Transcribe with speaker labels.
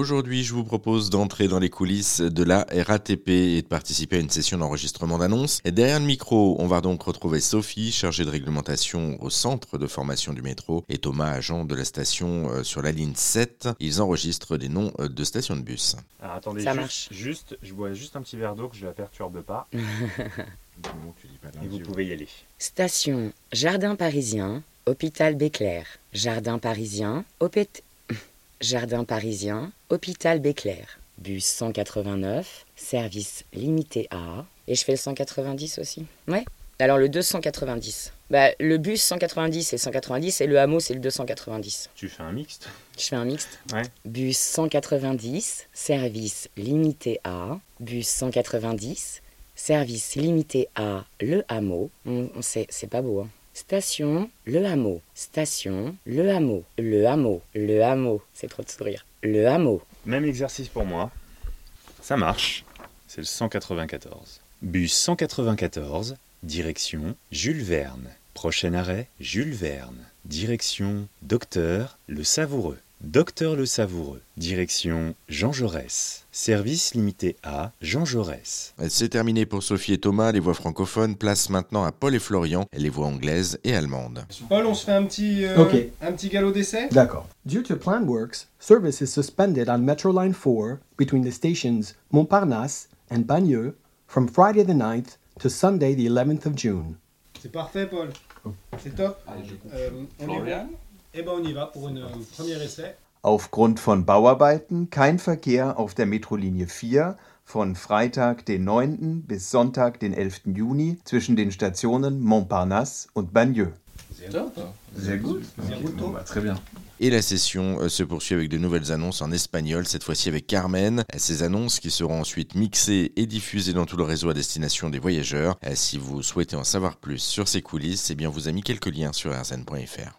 Speaker 1: Aujourd'hui, je vous propose d'entrer dans les coulisses de la RATP et de participer à une session d'enregistrement d'annonces. Et derrière le micro, on va donc retrouver Sophie, chargée de réglementation au centre de formation du métro, et Thomas, agent de la station euh, sur la ligne 7. Ils enregistrent des noms euh, de stations de bus.
Speaker 2: Ah, attendez,
Speaker 3: Ça
Speaker 2: juste,
Speaker 3: marche.
Speaker 2: juste, je bois juste un petit verre d'eau que je la perturbe pas et vous pouvez y aller.
Speaker 3: Station Jardin Parisien, Hôpital Béclair. Jardin Parisien, Opét... Jardin Parisien, Hôpital Béclair. Bus 189, service limité à... Et je fais le 190 aussi Ouais. Alors le 290. Bah, le bus 190 c'est le 190 et le hameau c'est le 290.
Speaker 2: Tu fais un mixte
Speaker 3: Je fais un mixte.
Speaker 2: Ouais.
Speaker 3: Bus 190, service limité à. Bus 190, service limité à Le Hameau. On, on sait, c'est pas beau. hein. Station Le Hameau. Station Le Hameau. Le Hameau. Le Hameau. C'est trop de sourire. Le Hameau.
Speaker 2: Même exercice pour moi. Ça marche. C'est le 194. Bus 194, direction Jules Verne. Prochain arrêt, Jules Verne. Direction Docteur Le Savoureux. Docteur Le Savoureux. Direction Jean Jaurès. Service limité à Jean Jaurès.
Speaker 1: Euh, C'est terminé pour Sophie et Thomas, les voix francophones placent maintenant à Paul et Florian les voix anglaises et allemandes.
Speaker 4: Paul, on se fait un petit, euh,
Speaker 5: Ok. Bah.
Speaker 4: un petit galop d'essai
Speaker 5: D'accord. Due to planned works, service is suspended on Metro Line 4 between the stations Montparnasse and Bagneux from Friday the 9th to Sunday the 11th of June.
Speaker 4: C'est parfait, Paul. C'est top. Euh, on y va Eh ben, on y va pour une euh, premier essai.
Speaker 6: Aufgrund von Bauarbeiten kein Verkehr auf der Metrolinie 4 von Freitag, den 9. bis Sonntag, den 11. Juni zwischen den Stationen Montparnasse und Bagneux.
Speaker 7: Sehr gut. Bon, bah, très bien.
Speaker 1: Et la session euh, se poursuit avec de nouvelles annonces en espagnol, cette fois-ci avec Carmen. Euh, Ces annonces qui seront ensuite mixées et diffusées dans tout le réseau à destination des voyageurs. Euh, Si vous souhaitez en savoir plus sur ces coulisses, eh bien vous a mis quelques liens sur rsn.fr.